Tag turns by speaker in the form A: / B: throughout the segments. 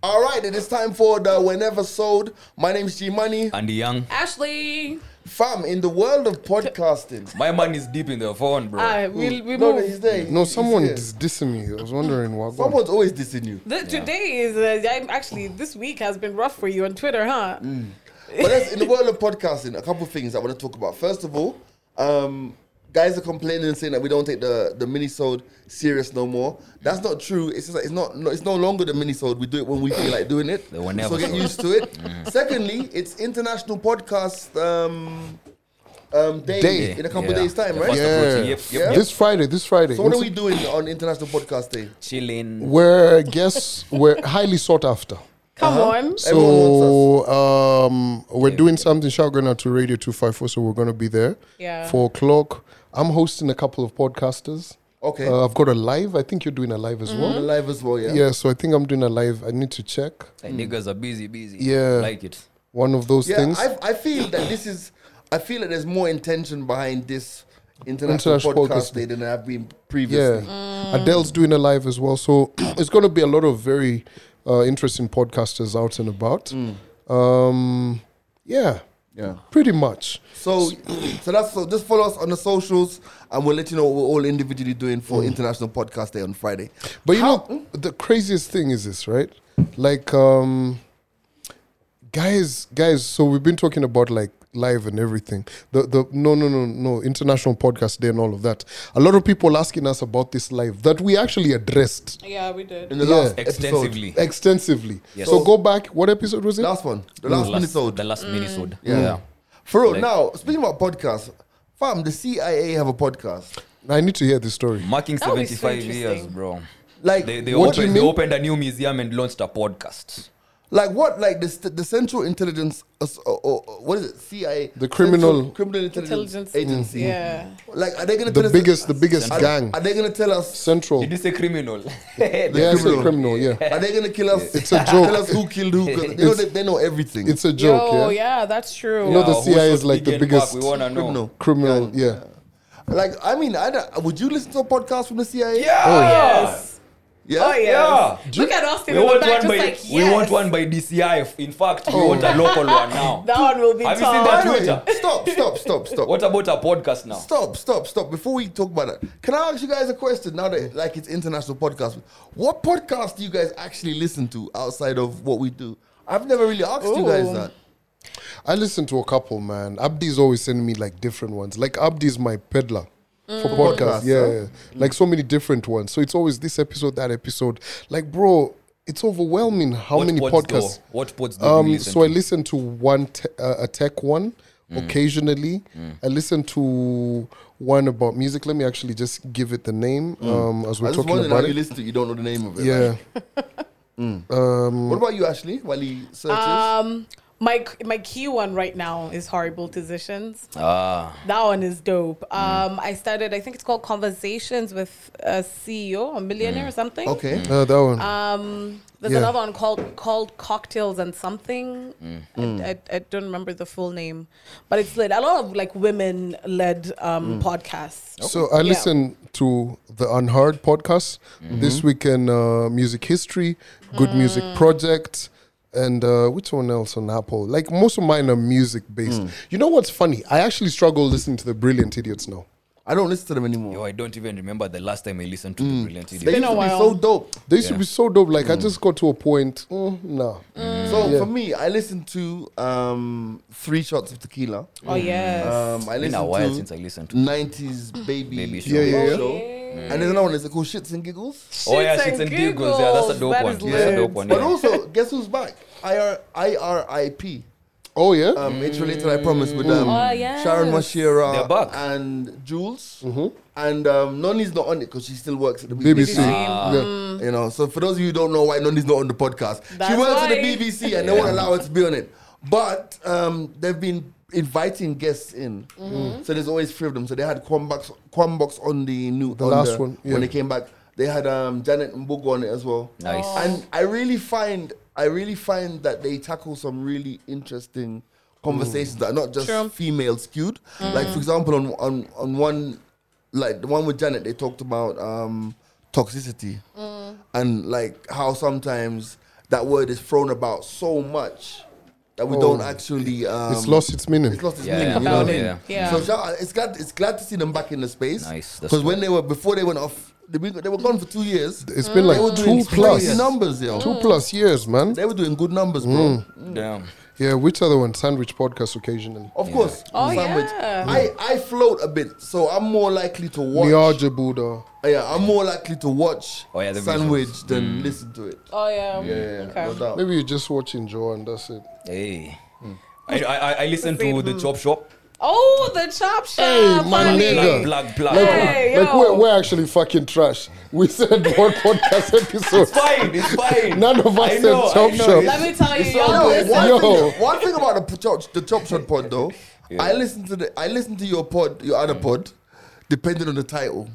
A: All right, it is time for the Whenever Sold. My name is G Money.
B: Andy Young.
C: Ashley,
A: Fam, in the world of podcasting.
B: My man is deep in the phone,
D: Oh,
B: bro.
C: uh, we, we
A: No, no, he's
C: move.
A: there.
D: No,
A: He's
D: someone
A: here.
D: is dissing me. I was wondering what.
A: Someone's always dissing you.
C: The, Today is uh, I'm actually this week has been rough for you on Twitter, huh?
D: Mm.
A: But that's in the world of podcasting, a couple of things I want to talk about. First of all, um, guys are complaining and saying that we don't take the the minisode serious no more. That's not true. It's just like it's not. No, it's no longer the minisode. We do it when we feel like doing it.
B: The whenever
A: So get
B: sode.
A: used to it. Secondly, it's International Podcast um, um, day,
D: Day.
A: in a couple
B: Yeah.
A: days time,
B: The
A: right?
B: first
D: Yeah.
B: approach, Yep, yep, yep.
D: This Friday, this Friday.
A: So what are we doing on International Podcast Day?
B: Chilling.
D: We're guests. We're highly sought after.
C: Come on.
A: Everyone
D: Uh-huh. So um, we're doing something. Shout going out to Radio Two Five Four. So we're going to be there.
C: Yeah.
D: Four o'clock. I'm hosting a couple of podcasters.
A: Okay.
D: Uh, I've got a live. I think you're doing a live as
A: We're
D: well.
A: live as well, yeah.
D: Yeah. So I think I'm doing a live. I need to check
B: Like,
C: Hmm.
B: niggas are busy, busy.
D: Yeah.
B: Like it.
D: one of those
A: Yeah,
D: things.
A: I, I feel that this is. I feel that there's more intention behind this international,
D: International
A: podcast
D: podcast.
A: day than there have been
D: Yeah.
A: previously.
D: Adele's doing a live as well. So it's going to be a lot of very uh, interesting podcasters out and about. Um, yeah,
A: Mm. Yeah.
D: pretty much.
A: So, so that's so. Just follow us on the socials, and we'll let you know what we're all individually doing
D: Mm.
A: for International Podcast Day on Friday.
D: But you know, the craziest thing is this, right? Like, um, guys, guys. So we've been talking about like live and everything. The the no no no no international podcast day and all of that. A lot of people asking us about this live that we actually addressed
C: Yeah, we did.
A: In the
D: Yeah.
A: last episode,
B: Extensively.
D: extensively.
B: Yes.
D: So go back. What episode was it?
A: last one,
D: Mm.
A: the last, episode.
B: The last
D: Hmm.
B: minisode.
A: yeah. For real.
B: Like-
A: now, speaking about podcasts, fam, the CIA have a podcast.
D: I need to hear this story.
B: Hmm. Marking
C: That would be so
B: 75 years,
C: interesting.
B: bro.
A: Like,
B: They, they,
D: What do
B: opened,
D: you
B: they
D: mean?
B: opened a new museum and launched a podcast.
A: Like what? Like the st- the Central Intelligence, uh, s- or, or, or what is it? CIA,
D: The criminal-
A: Central Criminal Intelligence,
C: Intelligence.
A: Agency.
D: Mm.
C: Yeah.
A: Like, are they gonna
D: The
A: tell
D: biggest,
A: us,
D: the biggest
A: are,
D: gang.
A: Are they gonna tell us?
D: Central.
B: Did you say criminal?
D: Yeah, it's a
A: criminal.
D: criminal. Yeah,
A: Are they gonna kill us?
D: It's a
A: Tell
D: joke.
A: us who killed who. 'cause They know, they, they know everything.
D: it's a joke.
C: Yo, yeah.
D: yeah,
C: that's true.
D: You know the
B: Who
D: CIA is
B: shot
D: like the
B: Big N Park?
D: biggest
B: We want to know.
A: criminal.
D: criminal. Yeah,
A: Like, I mean, I don't, would you listen to a podcast from the CIA?
B: Yeah.
C: Oh yes.
A: Yeah.
C: Oh yes.
B: Yeah.
C: Look at Austin
B: We
C: in the
B: want,
C: back,
B: one
C: just
B: by,
C: like yes.
B: we want one by DCI. In fact,
D: Oh.
B: we want a local one now.
C: That one will be
B: Have you seen
C: tall.
B: that
A: Wait,
B: Twitter.
A: Stop, stop, stop, stop.
B: What about a podcast now?
A: Stop, stop, stop. Before we talk about that, can I ask you guys a question now that like it's international podcast? What podcast do you guys actually listen to outside of what we do? I've never really asked you guys
C: Ooh.
A: that.
D: I listen to a couple, man. Abdi's always sending me like different ones. Like Abdi's my peddler.
C: Mm.
D: For
A: Podcast,
D: podcasts, yeah,
A: huh?
B: Mm.
D: yeah. like so many different ones. So it's always this episode, that episode. Like, bro, it's overwhelming how
B: What
D: many
B: pods though?
D: podcasts.
B: What pods do you
D: Um,
B: listen
D: so I
B: to?
D: listen to one te- uh, a tech one
A: Mm.
D: occasionally. I listen to one about music. Let me actually just give it the name
A: Mm. I
D: um, as we're
A: just
D: talking
A: wondering how
D: about
A: you
D: it.
A: listen to. it, You don't know the name of it.
D: Yeah,
A: What about you, Ashley? While he searches,
C: Um, my my key one right now is horrible decisions.
B: Ah. Mm.
C: That one is dope. Um, I started. I think it's called Conversations with a CEO, a millionaire
B: Mm.
C: or something.
A: okay.
D: uh, that one.
C: Um, there's
D: Yeah.
C: another one called called Cocktails and something.
B: Mm.
C: I, I, I don't remember the full name, but it's lit. A lot of like women led
D: Mm.
C: um, podcasts.
B: Oh.
D: So I
C: Yeah.
D: listen to the Unheard podcast
A: Mm-hmm.
D: this weekend. Uh, music history, Good Music Project, and uh, which one else on Apple? Like most of mine are music based.
A: Mm.
D: You know what's funny? I actually struggle listening to the Brilliant Idiots now.
A: I don't listen to them anymore.
B: Yo, I don't even remember the last time I listened to the Brilliant
A: Mm. They
B: Idiot.
C: been
A: used
C: a
A: to be
C: while.
A: so dope.
D: They used to be so dope. Like I just got to a point. Mm, nah.
A: So for me, I listened to um, three shots of tequila.
C: Oh yes.
A: Um, I
B: It's Mm. been a
A: listened
B: while
A: to Mm.
B: since I listened to.
A: nineties baby,
B: Baby
A: show.
B: show. Yeah,
D: yeah, yeah.
A: show. And there's another one. Is it called Shits and Giggles?
B: Oh yeah,
C: Shits
B: Shits and
C: and
B: Giggles. Yeah, that's a
C: Giggles.
B: dope
C: That
B: one.
C: is
B: That's a
C: lit.
B: dope one.
A: But
B: yeah.
A: also, guess who's back? IR, IRIP.
D: Oh yeah.
A: Um, It's related, I promise, with um,
C: Oh, yes.
A: Sharon
B: They're
A: Mashira
B: back.
A: and Jules.
D: Mm-hmm.
A: And um, Nonnie's not on it because she still works at the BBC.
D: BBC.
C: Ah.
D: Yeah.
A: You know, so for those of you who don't know why Nonnie's not on the podcast, she
C: That's
A: works at the
C: why.
A: BBC and they won't allow her to be on it. But um, they've been inviting guests in,
C: Mm-hmm.
A: so there's always three of them. So they had Quambox, Quambox on the new
D: The
A: on
D: last one, yeah.
A: when they came back. They had um, Janet Mbogo on it as well.
B: Nice. Oh.
A: And I really find I really find that they tackle some really interesting conversations that are not just
C: True.
A: female skewed. Like for example, on on on one like the one with Janet, they talked about um, toxicity and like how sometimes that word is thrown about so much that we
D: Oh.
A: don't actually. Um,
D: it's lost its meaning.
A: It's lost its
E: Yeah,
A: meaning.
E: yeah,
A: you know what I
C: about
A: mean?
C: it. Yeah.
A: So shout out, it's glad it's glad to see them back in the space.
E: Nice, that's
A: Because when
E: good.
A: they were before they went off, they, been, they were gone for two years.
D: it's been like
A: They were doing
D: two plus,
A: crazy numbers, yo.
D: two Mm. plus years, man.
A: They were doing good numbers, bro.
E: Damn.
D: Yeah, which other one? Sandwich podcast occasionally.
A: Of course,
C: Oh,
A: sandwich.
C: yeah.
A: I, I float a bit, so I'm more likely to watch.
D: Niaja Buddha.
A: Yeah, I'm more likely to watch
E: Oh, yeah, the Mm.
A: sandwich than listen to it.
C: Oh yeah.
A: Yeah, no
C: Okay.
A: doubt.
D: Maybe you just watching Joe and that's it.
E: Hey.
A: Mm.
B: I, I, I listened to the Chop Shop.
C: Oh, the chop shop.
D: Hey, my
C: honey.
D: nigga.
B: Black, black, black.
D: Like,
C: Hey,
D: like
C: yo.
D: we're, we're actually fucking trash. We said one podcast episode.
B: It's fine. It's fine.
D: None of us
B: I
D: said
B: know, I
D: Chop
B: know,
D: Shop.
B: it's-
C: Let me tell you,
B: it's all
C: y'all
A: No,
B: good.
C: listen.
A: one,
D: Yo.
A: thing, one thing about the chop, the chop shot pod though, I listen to the I listen to your pod, your
E: Mm.
A: other pod, depending on the title.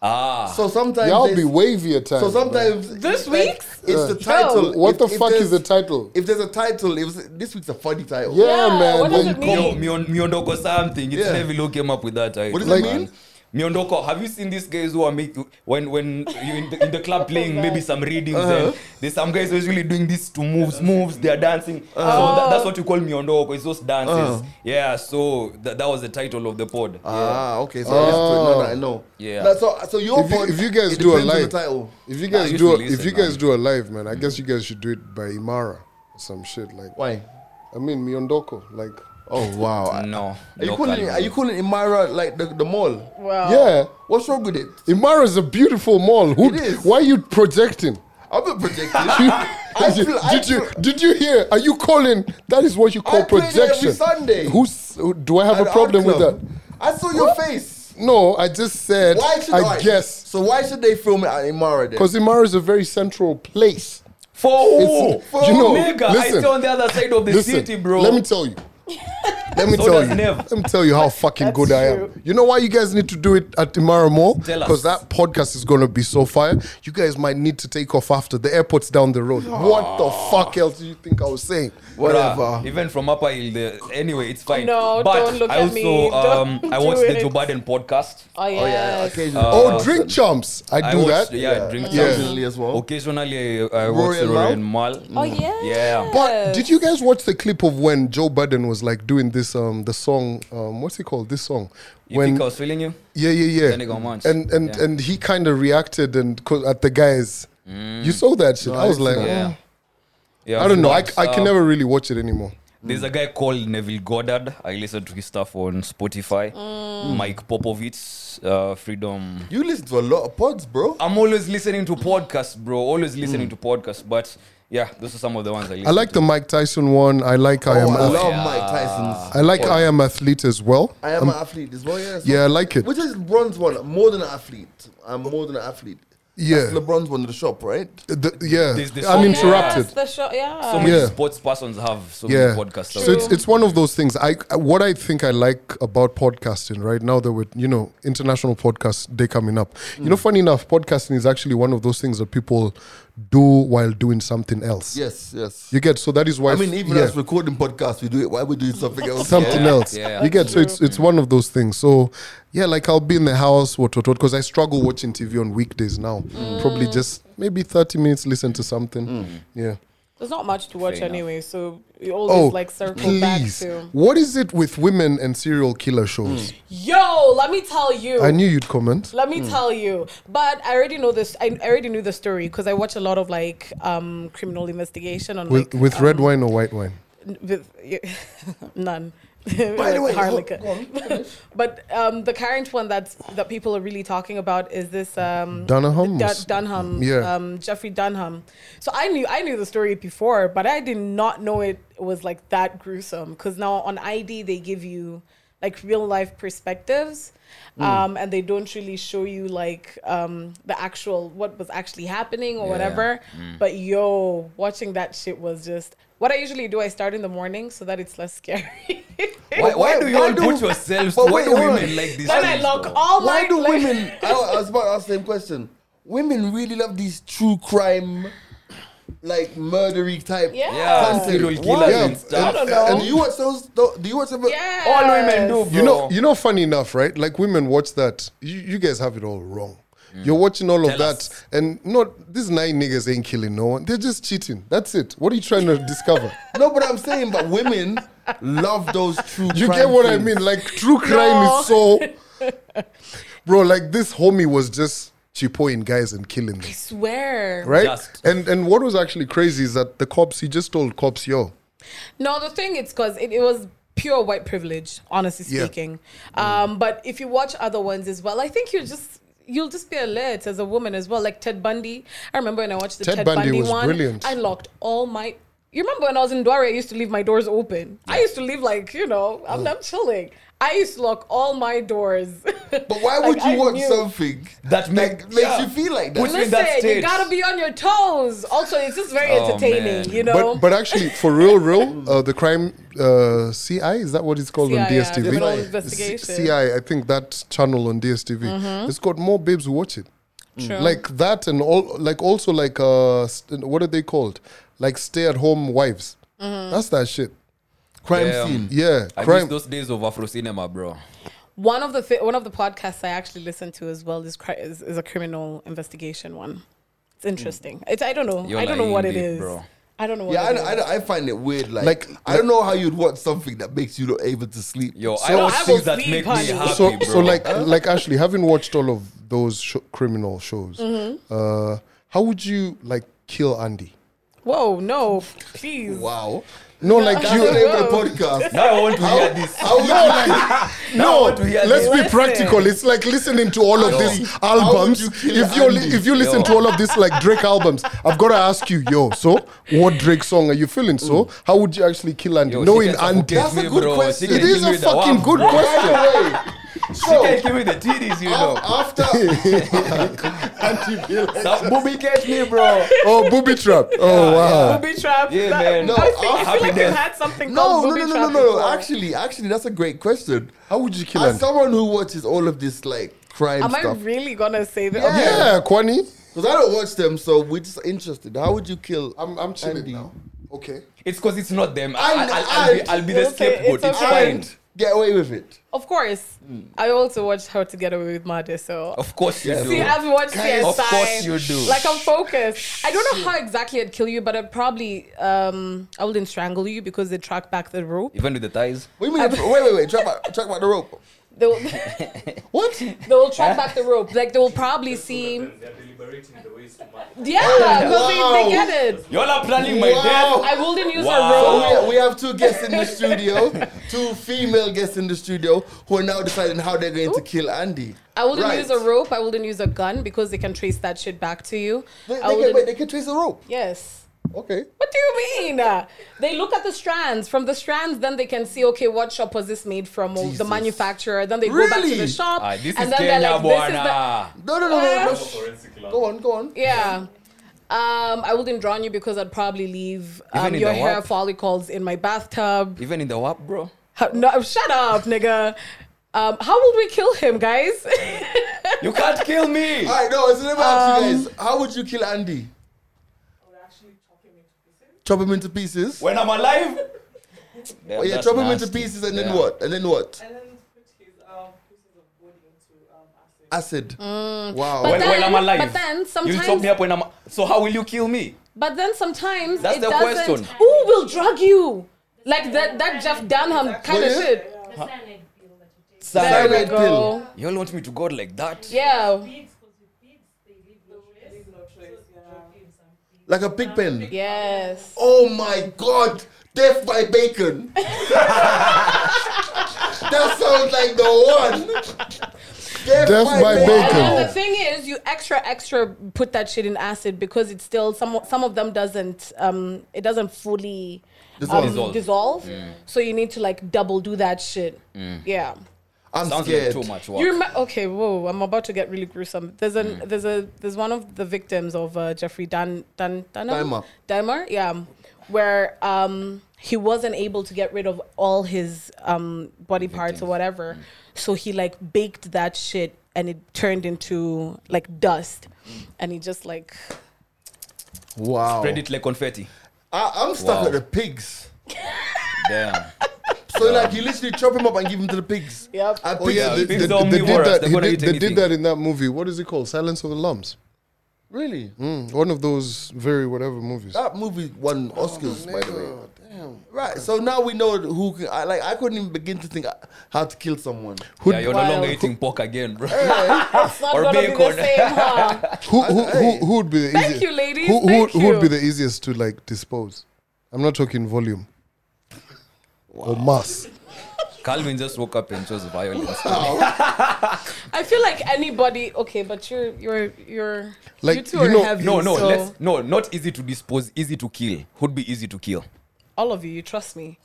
B: Ah.
A: So sometimes
D: Y'all
A: they-
D: be wavy at times.
A: so
D: man.
A: sometimes
C: This
A: like,
C: week's?
A: it's the title.
D: What
A: If-
D: the
A: if
D: fuck
A: there's-
D: is the title?
A: If there's a title, it was this week's a funny title.
D: yeah,
C: Yeah,
D: man.
C: what does it mean?
B: Mio- Mio- Miondoko something. It's
A: Yeah.
B: heavy Lou came up with that. I,
A: What does
D: Like-
A: it mean?
B: Miondoko, have you seen these guys who are make when when you in the, in the club playing maybe some readings
A: Uh-huh.
B: and there's some guys who are usually doing these two moves moves they are dancing
A: Uh-huh.
B: so that, that's what you call Miondoko it's those dances yeah so that, that was the title of the pod
A: Ah, okay. So I listen to it now that I know.
B: Yeah.
A: Like, so so your
D: Oh. If you-
A: pod,
D: if you guys
A: it
D: do a
A: depends on
D: live-
A: the title.
D: If you
B: Nah,
D: guys
B: you
D: do, a,
B: should
D: if you
B: listen,
D: guys do a live, man, I guess you guys should do it by Imara or some shit like.
A: Why?
D: I mean, Miondoko, like.
A: Oh wow.
B: Mm,
A: I-
E: No.
A: Are you
E: local
A: calling it,
E: man.
A: are you calling Imara like the, the mall?
C: Wow.
D: Yeah,
A: What's wrong with it?
D: Imara is a beautiful mall. Who?
A: Oh. It is.
D: Why are you projecting?
A: I've been projected.
D: You-
A: feel-
D: did,
A: I
D: you
A: feel-
D: did you hear? Are you calling? That is what you call
A: I play there every
D: projection.
A: Sunday.
D: Who's? who- Do I have a
A: At
D: problem
A: Art
D: with
A: Club.
D: that?
A: I saw your face.
D: No, I just said.
A: Why should I,
D: I guess
A: So why should they film it at Imara then?
D: because Imara is a very central place.
B: for who
D: It's-
B: for
D: you know,
B: nigga I
D: listen.
B: stay on the other side of the
D: Listen,
B: city bro
D: let me tell you. Let me
B: So
D: tell
B: does
D: you.
B: Nev.
D: Let me tell you how fucking good I
C: true.
D: am. You know why you guys need to do it at Imara Mall?
B: Tell us.
D: Because that podcast is gonna be so fire. You guys might need to take off after the airport's down the road.
B: Ah.
D: What the fuck else do you think I was saying?
A: Whatever.
B: Bruh, even from Upper Hill, the, anyway, it's fine.
C: No,
B: but
C: don't look
B: I
C: at
B: also,
C: me.
B: Um,
C: Don't
B: I watched
C: do
B: the
C: it.
B: Joe Biden podcast.
C: Oh yes.
A: oh yeah, occasionally.
D: oh, drink chumps. I do
B: I watched,
D: that.
B: Yeah, I drink
D: Yeah.
B: something.
A: Occasionally as well.
D: Oh.
B: Occasionally, I, I
A: Rory
B: watch
A: and
B: Rory
A: Mal?
B: and Mal.
C: Oh yeah.
B: Mm. Yeah.
D: But did you guys watch the clip of when Joe Biden was like doing this um the song um what's he called this song
B: You
D: when
B: think I was feeling you?
D: yeah yeah
B: Then he
D: yeah
B: got munch.
D: and and
B: Yeah.
D: and he kind of reacted and co- at the guys
B: Mm.
D: you saw that shit I was like
B: Yeah.
D: "Oh."
B: yeah
D: I don't know I,
B: once,
D: I can
B: uh,
D: never really watch it anymore
B: There's a guy called Neville Goddard. I listen to his stuff on Spotify.
C: Mm.
B: Mike Popovitz, uh, Freedom
A: You listen to a lot of pods, bro.
B: I'm always listening to podcasts, bro. Always listening to podcasts. But yeah, those are some of the ones I listen
D: I like the Mike Tyson one I like I
A: oh,
D: am
A: I
D: Ath-
A: love Mike Tyson's.
D: I like I am athlete as well Um,
A: I am an athlete as well. Um, Yeah. that's
D: yeah I
A: what-
D: like it
A: Which is bronze one? More than an athlete. I'm more than an athlete.
D: yeah
A: That's LeBron's one in the shop, right?
D: The- yeah
B: There's this-
D: uninterrupted
C: Oh, Yes, the show. Yeah.
B: So many
D: Yeah.
B: sports persons have so
D: yeah
B: many podcasts. out
D: so it's,
B: there.
D: it's one of those things i what i think i like about podcasting right now that we're you know international podcast day coming up you know
A: Mm.
D: funny enough podcasting is actually one of those things that people do while doing something else
A: Yes, yes.
D: you get so that is why
A: I mean, even
D: yeah,
A: as recording podcasts, we do it. Why we doing something else?
D: something
B: Yeah,
D: else
B: yeah.
D: you get so it's it's one of those things so yeah like i'll be in the house what what what because i struggle watching tv on weekdays now probably just maybe 30 minutes listen to something yeah
C: There's not much to watch
B: Fair enough.
C: anyway, so you
D: Oh,
C: always like circle back to. Mm.
D: What is it with women and serial killer shows?
C: Yo, let me tell you.
D: I knew Hmm. you'd comment.
C: Let me tell you. But I already know this. I I already knew the story because I watch a lot of like um criminal investigation on
D: With,
C: like,
D: with
C: um,
D: red wine or white wine?
C: with none.
A: By the way,
C: Hard
A: ho-
C: liquor.
A: go on,
C: but um, the current one that's that people are really talking about is this um,
D: Dunham or
C: Du-
D: s-
C: Dunham,
D: Yeah.
C: um, Jeffrey Dunham. So I knew I knew the story before, but I did not know it was like that gruesome. Because now on ID they give you like real life perspectives,
B: Hmm.
C: um, and they don't really show you like um, the actual what was actually happening or whatever.
B: Hmm.
C: But yo, watching that shit was just. What I usually do, I start in the morning so that it's less scary.
B: why, why do you
A: why
B: all
A: do-
B: put yourselves?
A: But
B: Why
A: wait,
B: do
A: hold
B: women
A: on.
B: like this?
C: then I
B: shit,
C: lock
B: though?
C: all
A: Why
C: my
A: do
C: like-
A: women? I, I was about to ask the same question. Women really love these true crime, like murdery type.
C: Yeah.
B: Yeah,
A: Content.
B: serial
A: Why?
B: killers
A: Yeah,
B: and stuff.
C: don't know.
A: And do you watch those? tho- Do you watch them?
C: Yes.
B: All women do, bro.
D: You know, you know. Funny enough, right? Like women watch that. You, you guys have it all wrong. You're watching all of
B: Tell
D: that,
B: us.
D: and not these nine niggas ain't killing no one. They're just cheating. That's it. What are you trying to discover?
A: No, but I'm saying, but women love those true.
D: You
A: crime
D: get what I
A: things.
D: mean? Like true crime is so, bro. Like this homie was just chipoing guys and killing them,
C: Swear.
D: right?
B: Just.
D: And and what was actually crazy is that the cops. He just told cops, "Yo,
C: No, the thing it's because it, it was pure white privilege, honestly
D: Yeah.
C: speaking. Um, but if you watch other ones as well, I think you just you'll just be alert as a woman as well. Like Ted Bundy, I remember when I watched the
D: Ted
C: Ted,
D: Bundy
C: Bundy,
D: was
C: one.
D: brilliant.
C: I locked all my. You remember when I was in Dware, I used to leave my doors open. I used to leave like you know, I'm, I'm chilling. I used to lock all my doors.
A: But why would you want something
B: That make-
A: makes
B: yeah.
A: you feel like
B: Puts
A: that?
B: you in that
C: Listen, you
B: stage.
C: gotta be on your toes. Also, it's just very
B: Oh,
C: entertaining,
B: man.
C: you know.
D: But but actually, for real, real, uh, the crime uh, CI is that what it's called on
C: CI, yeah,
D: DSTV?
C: criminal
D: C-
C: investigation. Mm-hmm.
D: CI, I think that channel on DSTV, it's got more babes who watch it.
C: True.
D: Like that, and all like also like uh, st- what are they called? Like stay-at-home wives.
C: Mm-hmm.
D: That's that shit.
A: Crime
B: Damn.
A: scene.
D: Yeah,
B: I miss
D: crime.
B: those days of Afro cinema, bro.
C: One of the th- one of the podcasts I actually listen to as well is cri- is, is a criminal investigation one. It's interesting. It's I don't know.
B: You're
C: I don't
B: like
C: know what
B: in
C: it
B: deep,
C: is.
B: bro.
C: I don't know what
A: Yeah,
C: it is.
A: I, I, I find it weird. Like,
D: Like-
A: I don't know how you'd want something that makes you not able to sleep.
B: Yo, I
C: So-
B: don't
C: I
B: see
C: will
B: that
C: sleep,
B: make me
C: honey.
B: happy,
D: so
B: bro.
D: so like like Ashley, having watched all of those sho criminal shows,
A: Mm-hmm.
D: uh, how would you like kill Andy?
C: Whoa, no, please.
A: wow.
D: No, like
A: That's
D: you.
A: the name of the podcast.
B: now I want to hear this.
A: How would you like,
B: Now I
D: No,
B: want to hear
D: let's
B: this.
D: be
C: Listen.
D: practical. It's like listening to all of
A: Yo.
D: these
A: How would
D: albums.
A: you kill
D: if you li-
A: Andy?
D: if you listen to all of these like Drake albums, I've got to ask you, yo. So, what Drake song are you feeling? So, how would you actually kill Andy?
B: Mm. Yo, she
D: Knowing
B: can suffocate
D: Andy,
A: That's
B: me,
A: a good
B: bro. She
A: question.
B: can
D: it is
B: kill me
D: a
B: with a
D: fucking
B: waf,
D: good
B: bro.
D: question.
B: She can give me the titties, you know.
A: after
B: That booby catch me, bro.
D: Oh, booby trap. Oh wow.
C: Booby trap.
B: Yeah,
C: That-
B: man.
C: I,
B: No,
C: was thinking- I
B: happy
C: feel like
B: death.
C: we've had something
A: no,
C: called
A: no, no,
C: booby
A: no,
C: trap.
A: no, no, no.
C: before.
A: Actually, actually, that's a great question.
D: How would you kill
A: As
D: Andy?
A: someone who watches all of this like crime
C: am
A: stuff,
C: I really gonna say that? Okay.
D: Yeah, Kwani.
A: because I don't watch them, so we're just interested. How would you kill?
D: I'm
A: chilling now.
D: Okay.
B: It's because it's not them. I,
A: And-
B: I, I'll, be,
A: and-
B: I'll be the
C: It's okay,
B: scapegoat.
C: it's
B: It's
C: okay.
B: fine.
A: Get away with it.
C: Of course. I also watched How to Get Away with Murder, so
B: Of course you do.
C: See, I've watched CSI.
B: Of course you do.
C: Like I'm focused. I don't know how exactly I'd kill you, but I'd probably um I wouldn't strangle you because they track back the rope.
B: Even with the thighs.
A: What do you mean? wait, wait, wait. Track back, track back the rope.
C: They will,
A: What?
C: they will track back the rope. Like they will probably see.
E: They're deliberating the ways to murder.
C: Yeah, because they,
A: Wow.
C: they get it.
B: Y'all are planning my
A: Wow.
B: death.
C: I wouldn't use
B: Wow.
C: a rope.
A: So we, we have two guests in the studio, two female guests in the studio, who are now deciding how they're going to kill Andy.
C: I wouldn't
A: Right.
C: use a rope. I wouldn't use a gun because they can trace that shit back to you.
A: They, they
C: I
A: can, wait,
C: wouldn't-
A: they can trace the rope.
C: yes.
A: Okay.
C: What do you mean? They look at the strands. From the strands, then they can see, okay, what shop was this made from? Or the
A: Jesus.
C: manufacturer. Then they go back to the
A: Really?
C: shop.
B: Ah, this is
C: and then
B: Kenya,
C: they're like, this is the,
B: bwana.
A: No, no, no, no, no.
C: Uh,
A: sh-
E: Forensic lab.
A: Go on, go on.
C: Yeah. Um, I wouldn't drown you because I'd probably leave
B: Even
C: um,
B: in
C: your
B: the
C: hair
B: what?
C: follicles in my bathtub.
B: Even in the WAP, bro.
C: How- no, shut up, nigga. Um, how would we kill him, guys?
B: You can't kill me.
A: All right, no, so let me ask you
C: Um,
A: guys, how would you kill Andy? Chop him into pieces.
B: When I'm alive. Damn,
A: Oh, yeah,
B: that's
A: chop him
B: nasty.
A: into pieces and then
B: Yeah.
A: what? And then what?
F: And then put his um, pieces of wood into um, acid.
A: Acid. Wow.
C: Mm. But
B: When, when I'm
C: then-
B: alive.
C: but then
B: You chop
C: sometimes-
B: me up when I'm. So how will you kill me?
C: but then sometimes
B: That's
C: it
B: the
C: doesn't.
B: question.
C: Who will drug you? Like that, that Jeff Dunham kind of
A: Will you?
C: shit.
G: The cyanide pill that you take.
C: There
B: Cyanide.
C: we
A: Cyanide
C: go.
B: Y'all want me to go like that?
C: Yeah,
G: Pigs, because with pigs, they leave no trace.
F: Leave no trace, yeah.
A: Like a pig pen.
C: yes.
A: Oh my god! Death by bacon. that sounds like the one. Death,
D: by
C: And
D: bacon.
C: then the thing is, you extra extra put that shit in acid because it's still some some of them doesn't um it doesn't fully
A: Dissolve.
C: um,
B: Dissolve.
C: dissolve. So you need to like double do that shit. Yeah.
A: I'm
B: Sounds like
A: scared.
B: too much
C: You
B: work.
C: remember? Okay, whoa! I'm about to get really gruesome. There's a there's a there's one of the victims of uh, Jeffrey Dan Dan Dunham?
A: Dahmer.
C: Dahmer, yeah, where um he wasn't able to get rid of all his um body parts or whatever, so he like baked that shit and it turned into like dust, and he just like
A: Wow.
B: Spread it like confetti.
A: I, I'm stuck
B: Wow.
A: at the pigs.
B: Damn.
A: So like you literally chop him up and give him to the pigs.
C: Yep.
A: I
D: Oh yeah,
A: pigs-
D: they,
B: pigs
D: they-
B: are
D: they did
B: omnivorous.
D: that.
B: They're
D: he
B: gonna
D: did-
B: eat
D: they
B: anything.
D: did that in that movie. What is it called? Silence of the Lambs.
A: really.
D: Mm, one of those very whatever movies.
A: That movie won Oscars, by the way. Right, so now we know who. Can, I like. I couldn't even begin to think how to kill someone.
D: Who,
B: yeah, you're
C: Wow.
B: no longer eating pork again, bro.
C: It's not
B: Or
C: gonna be the
B: bacon.
C: same, huh?
D: who, who, who, who would be the
C: Thank
D: easiest?
C: you, ladies.
D: Who, who,
C: Thank
D: who would be
C: you.
D: the easiest to like dispose? I'm not talking volume or mass.
B: Calvin just woke up and chose violence.
C: I feel like anybody. Okay, but you're you're you're
D: Like,
C: you two
D: you
C: are
D: know-
C: heavy.
B: no, no,
C: so
B: let's no, not easy to dispose, easy to kill. Who'd be easy to kill?
C: all of you. You trust me.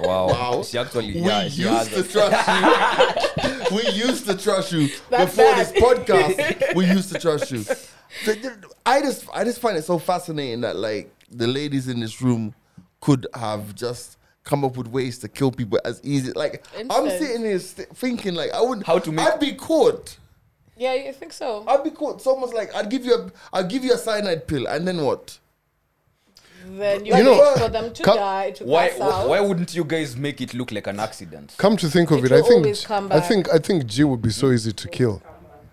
B: Wow.
A: Wow.
B: She actually,
A: We
B: yeah, she has
A: used to
B: it.
A: trust you. we used to trust you
C: That's
A: before
C: bad.
A: this podcast. We used to trust you. The- the- I just, I just find it so fascinating that like the ladies in this room could have just come up with ways to kill people as easy. Like I'm
C: Instant.
A: sitting here st- thinking like I would.
B: How to make-
A: I'd be caught.
C: Yeah, you think so?
A: I'd be caught. Someone's like, I'd give you a, I'd give you a cyanide pill, and then what?
C: Then you,
D: You know,
C: wait for them to
D: come-
C: die to
B: Why,
C: pass out.
B: why wouldn't you guys make it look like an accident?
D: Come to think of
C: It
D: it, I
C: will
D: think
C: always come
D: I
C: back.
D: think I think G would be so easy to kill.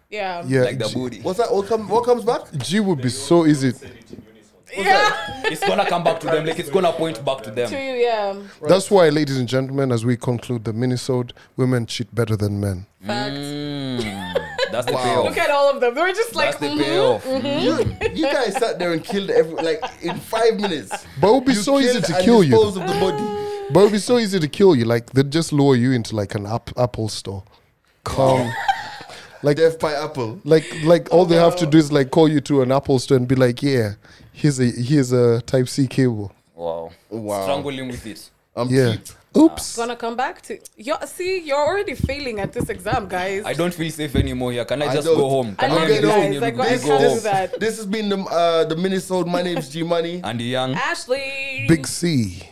C: yeah.
D: Yeah,
B: Like the
D: G,
B: booty.
A: What's that? What, come, what comes back?
D: G would be so easy.
E: Said it in unison.
C: Yeah.
B: It's gonna come back to them. Like it's gonna point back to
C: To
B: them.
C: you, yeah.
D: That's why, ladies and gentlemen, as we conclude the minisode, women cheat better than men.
C: Facts.
B: Mm. That's the
C: Look
B: payoff.
C: at all of them. They were just like,
B: That's the
C: mhm.
B: payoff.
A: You, you guys sat there and killed every like in five minutes.
D: But it would be
A: You
D: so easy
A: killed
D: to
A: and
D: kill you.
A: dispose of the body.
D: But it would be so easy to kill you. Like they'd just lure you into like an app, Apple store. Come. like
A: Death by apple.
D: like like all they have to do is like call you to an Apple store and be like, yeah, here's a here's a Type C cable.
B: Wow.
A: Wow.
B: Strangle him with it.
A: I'm
D: Yeah.
A: cheap.
D: Oops.
C: gonna come back to you. See, you're already failing at this exam, guys.
B: I don't feel safe anymore here. Can I
A: I
B: just
A: don't-
B: go home?
C: I
B: Can
C: love
A: Okay,
C: you
A: no,
C: guys.
B: you
C: Like, I
B: guys
C: can't
B: go.
C: do that.
A: This has been the uh, the Minnesota. My name's G Money.
B: And young.
C: Ashley.
D: Big C.